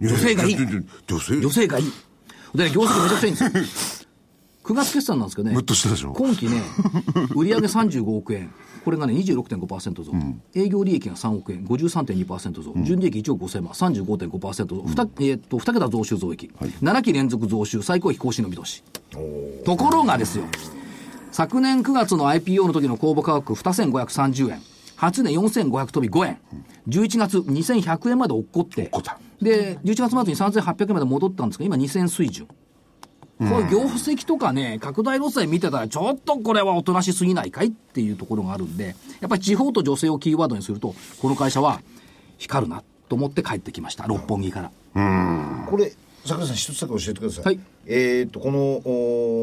S3: 女性がいい
S6: や。やや女性
S3: 女性がいい。で、業績めちゃくちゃいいんですよ。9月決算なんですけどね。
S6: ムッとしたでしょ
S3: 今期ね、売上35億円。これがね、26.5%増、営業利益が3億円、53.2%増。純利益1億5000万、35.5%増。二えーっと、2桁増収増益。7期連続増収、最高益更新の見通し。ところがですよ、昨年9月の IPO の時の公募価格2530円、8年4500飛び5円、11月2100円まで落っこって、で、11月末に3800円まで戻ったんですが、今2000水準。これ業績とかね、拡大路線見てたら、ちょっとこれはおとなしすぎないかいっていうところがあるんで、やっぱり地方と女性をキーワードにすると、この会社は光るなと思って帰ってきました、六本木から。
S4: これ桜井さん一つだけ教えてください、
S3: はい
S4: えっ、とこの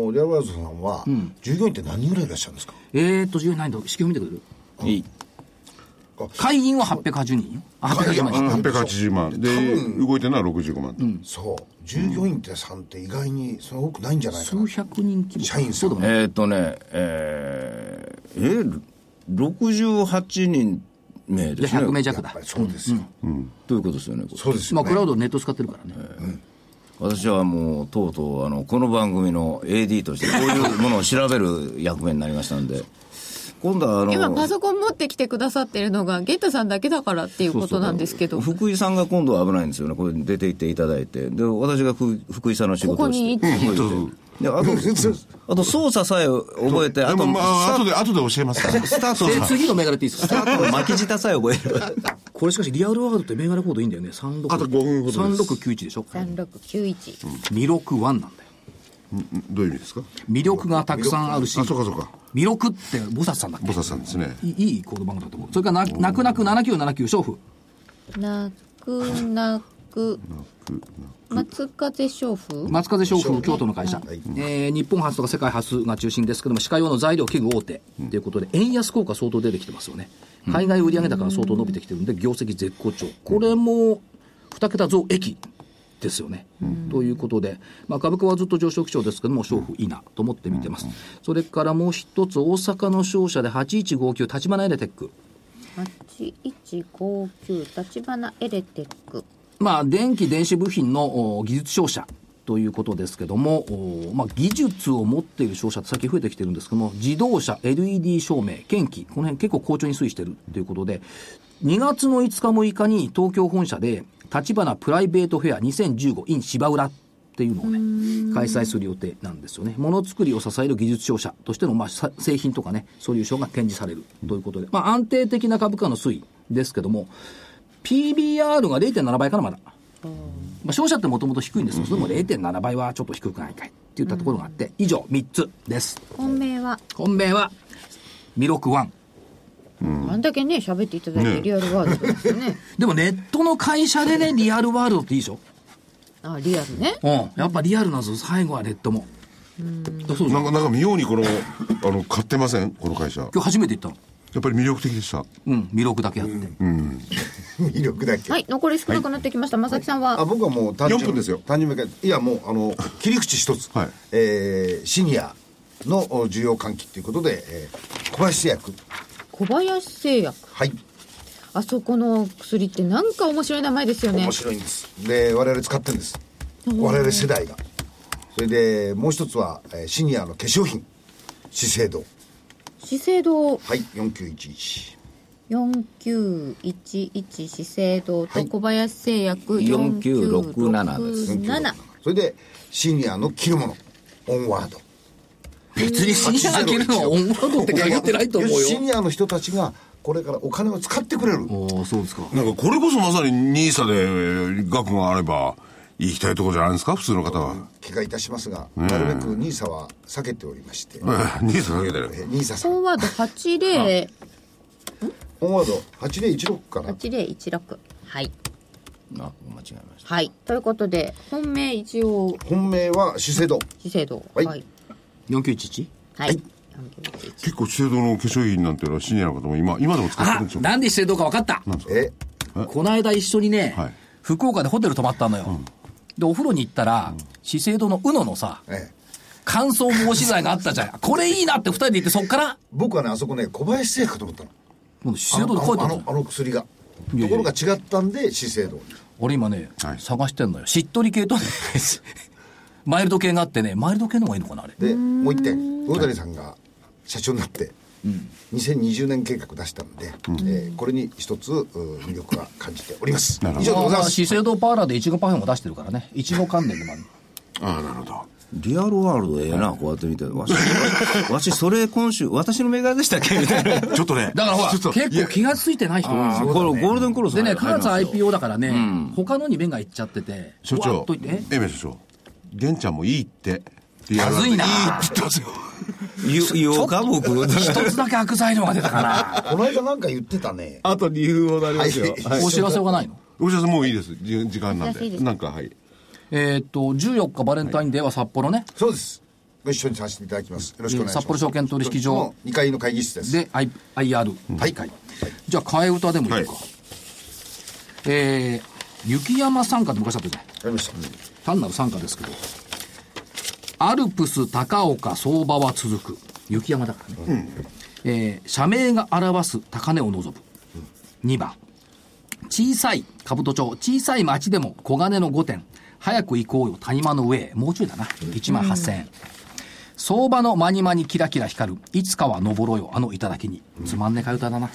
S4: おリアルワールドさんは、従業員って何人ぐらいいらっしゃるんですか
S3: えーっと、14何だ、式を見てくれる
S2: いい
S3: 会員は880人よ。あ880万人。
S6: 880万。で、動いてるのは65万。
S4: そう従業員ってさんって意外にそれ多くないんじゃないかな、
S3: 数百人規模。
S4: 社員さん
S3: そうだもんね。
S2: えっ、とね、えー、えー、68人名
S3: で
S2: ですね。
S3: 100名弱
S4: やっ
S3: だ
S4: ぱ。りそうですよ、
S2: ということですよね。これ
S4: そうです
S3: ま
S4: よ
S3: あ、
S4: ね、
S3: クラウドネット使ってるからね。
S2: 私はもう、とうとう、あの、この番組の AD として、こういうものを調べる役目になりましたんで、今度はあの、
S10: 今パソコン持ってきてくださってるのがゲンタさんだけだからっていうことなんですけど
S2: 福井さんが今度は危ないんですよね、これ出て行っていただいて、で私がふ福井さんの仕事をして、
S10: ここに
S2: ここに行ってであと、あと操作さえ覚えて、あ
S6: で
S2: と、
S6: もま
S2: ス
S6: あ、
S2: タ
S6: 後
S2: ー
S6: で、後で教えますから。
S2: ス タート
S3: で、
S2: の、ス
S3: 次の銘柄っていいです
S2: タ
S3: か
S2: ートの巻き舌さえ覚えれば、
S3: これしかし、リアルワールドって銘柄コードいいんだよね。36
S6: あと五分ほどです
S3: 3691でしょ。
S1: 三六九一。
S3: 魅力1なんだよ。
S6: どういう意味ですか
S3: 魅力がたくさんあるし、
S6: あ、そうかそうか。
S3: 魅力って、菩薩さんだっ
S6: 菩
S3: け
S6: 薩さんですね。
S3: いいいいコード番号だと思う。それからな、泣く泣く7979、娼婦。
S1: 泣く泣く。松風娼婦。
S3: 松風商婦京都の会社、えー日本初とか世界初が中心ですけども歯科用の材料器具大手ということで円安効果相当出てきてますよね海外売上高が相当伸びてきてるんで業績絶好調これも2桁増益ですよね、ということで、まあ、株価はずっと上昇基調ですけども、商婦いいなと思って見てます、それからもう一つ、大阪の商社で8159、立花エレテック、
S1: 八一五九立花エレテック。
S3: まあ、電気電子部品のお技術商社ということですけども、おまあ、技術を持っている商社って最近増えてきてるんですけども、自動車、LED 照明、検機、この辺結構好調に推移してるということで、2月の5日6日に東京本社で、立花プライベートフェア 2015in 芝浦っていうのをね、開催する予定なんですよね。ものづくりを支える技術商社としての、まあ、さ製品とかね、ソリューションが展示されるということで、まあ、安定的な株価の推移ですけども、PBR が0.7倍からまだ。まあ、消費者ってもともと低いんですけど、それも0.7倍はちょっと低くないかいっていったところがあって、以上3つです。
S1: 本命は
S3: 本命は、ミロクワン。
S1: あんだけね喋っていただいて
S6: ね
S1: リアルワールドですね
S3: でもネットの会社でね、リアルワールドっていいでしょ
S1: あリアルね
S3: うん。やっぱリアルなんですよ、最後はネットも。そうそう。
S6: なん
S3: 今
S6: か、なんか妙にこの、あの、買ってませんこの会社。や
S3: 日初めて行ったの。
S6: っぱり魅力的でした。
S3: うん、魅力だけあって。
S4: 魅力だっけ、
S1: はい残り少なくなってきました、正木さんは
S4: あ僕はもう単純
S6: 4分ですよ
S4: 単純明快いやもうあ の切り口一つ、
S6: はい
S4: えーシニアのお需要喚起ということで、えー小林製薬
S1: 小林製薬
S4: はい
S1: あそこの薬ってなんか面白い名前ですよね
S4: 面白いんですで我々使ってるんです我々世代がそれでもう一つは、えーシニアの化粧品資生堂
S1: 資生堂
S4: はい4911
S1: 4911資生堂と小林製薬
S2: 4967です
S1: 4967
S4: それでシニアの着るものオンワード
S3: 別にシニアが着るのはオンワードって限ってないと思う
S4: 要するにシ
S3: よ。
S4: ニアの人たちがこれからお金を使ってくれる
S3: おーそうですか。
S6: なんかこれこそまさにニーサで額があれば行きたいところじゃないですか普通の方は。
S4: 気がいたしますが、なるべく NISA は避けておりまして、
S6: ニーサだけで。
S4: え NISA さ
S1: フ
S4: ん、
S1: ォワード80
S4: オンワード8016かな。
S1: 8016はい
S2: あ間違えまし
S1: はいということで本命一応
S4: 本命は資生堂。
S1: 資生堂
S4: はい
S1: はい、
S3: 4911?
S1: はい
S6: 結構資生堂の化粧品なんていうのはシニアの方も今、今でも使ってる
S3: あ
S6: んでしょう
S3: なんでしてるのか分かった。
S4: え、
S3: この間一緒にね、
S6: はい
S3: 福岡でホテル泊まったのよ。で、お風呂に行ったら、資生堂のうののさ、
S4: ええ
S3: 乾燥防止剤があったじゃん。これいいなって二人で言って、そっから、
S4: 僕はね、あそこね、小林製薬かと思ったの。
S3: もう資
S4: あ
S3: 生堂で
S4: の
S3: 書いて
S4: あ
S3: あ
S4: の
S3: る
S4: あ
S3: の
S4: のあの薬が。ところが違ったんで、資生堂に。
S3: 俺今ね、
S6: はい
S3: 探してんのよ。しっとり系とね、 マイルド系があってね、マイルド系の方がいいのかな、あれ。
S4: で、もう一点、魚谷さんが社長になって、2020年計画出したので、えーこれに一つう魅力が感じております。
S6: なる
S4: 以
S6: ほ
S4: 上でご
S6: ど
S4: ざいま
S3: あ
S4: す
S3: 資。生堂パーラーでいちごパフェも出してるからね。いちご関連でもある。
S6: ああ、なるほど。
S2: リアルワールドええな、こうやって見て。わし、わし、それ今週、私の銘柄でしたっけみたいな。
S6: ちょっとね。
S3: だからほら、
S6: ちょっ
S3: 結
S6: と
S3: 構気がついてない人多いんです
S2: あ
S3: よ。
S2: これゴールデンクロス
S3: でね、9
S2: 入り
S3: 月
S2: ますよ
S3: IPO だからね、他のに目がいっちゃってて、
S6: 所
S3: ふわっ
S6: 長
S3: といてえ、
S6: えめ所長、玄ちゃんもいいって。リアル
S3: まずいな
S6: でいいって言ってますよ。
S2: ゆ言おうか僕。
S3: 一つだけ悪材料が出たかな。
S4: この間なんか言ってたね。
S2: あと理由をなりますよ。
S4: はい
S3: お知らせはないの
S6: お知らせもういいです。じ時間なん
S1: お知らせい
S6: で
S1: いで。す
S6: なんか、はい。
S3: えーっと、14日バレンタインデーは札幌ね。
S4: そうです。ご一緒にさせていただきます。よろしくお願いします。
S3: 札幌証券取引所
S4: の2階の会議室です。
S3: で、I、IR。
S4: はい
S3: はいじゃあ、替え歌でもいいか。
S6: は
S3: えー、雪山参加って昔あったじゃない。
S4: わかりました。
S3: 単なる参加ですけど。アルプス高岡相場は続く。雪山だからね。えー社名が表す高値を望む。2番。小さい兜町、小さい町でも小金の5点。早く行こうよ、谷間の上へ。もうちょいだな。1万8000円。相場のまにまにキラキラ光る。いつかは登ろうよ、あの頂に。つまんねえ替え歌だな。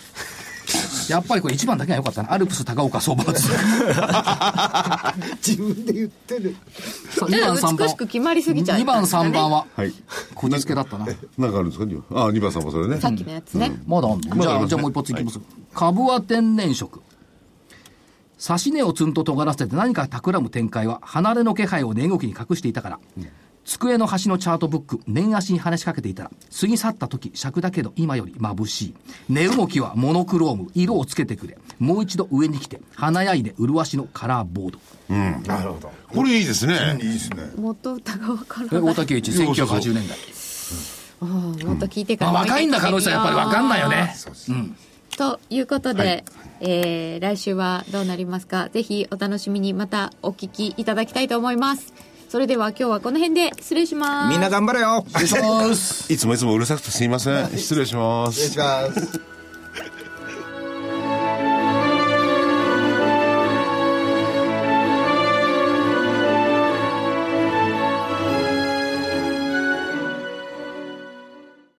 S3: やっぱりこれ1番だけが良かったな。アルプス高岡相場は続く。
S4: 自分で言ってる。
S3: そう
S11: ち
S3: 2
S11: ょ
S3: 番
S11: っと
S3: 3
S11: 美
S3: 番
S11: しく決まりすぎちゃう
S3: 2番3番は
S6: はい。
S3: こじつけだったな
S6: なんかあるんですか二番ああ、2番さんもそれね。
S11: さっきのやつね、
S3: まだあんの、
S6: ま
S3: じ
S6: だあ
S3: ゃ
S6: りますね
S3: あじゃあもう一発いきます、株は天然色指し根をツンと尖らせて何か企む展開は離れの気配を値動きに隠していたから、机の端のチャートブック年足に話しかけていたら過ぎ去った時尺だけど今より眩しい値動きはモノクローム色をつけてくれもう一度上に来て華やいで麗しのカラーボード
S4: なるほど。
S6: これいいですね
S4: い。いですね。
S11: 元歌がわから
S3: え
S11: ない
S3: 大竹一1980年代
S11: ああもっと聞いてか
S3: ま
S11: ら、
S3: あ若いんだ彼女はやっぱり分かんないよね
S11: ということで、えー来週はどうなりますかぜひお楽しみにまたお聞きいただきたいと思いますそれでは今日はこの辺で失礼します
S2: みんな頑張れよ
S3: 失礼します
S6: いつもいつもうるさくてすいません。失礼します
S4: 失礼し。ます。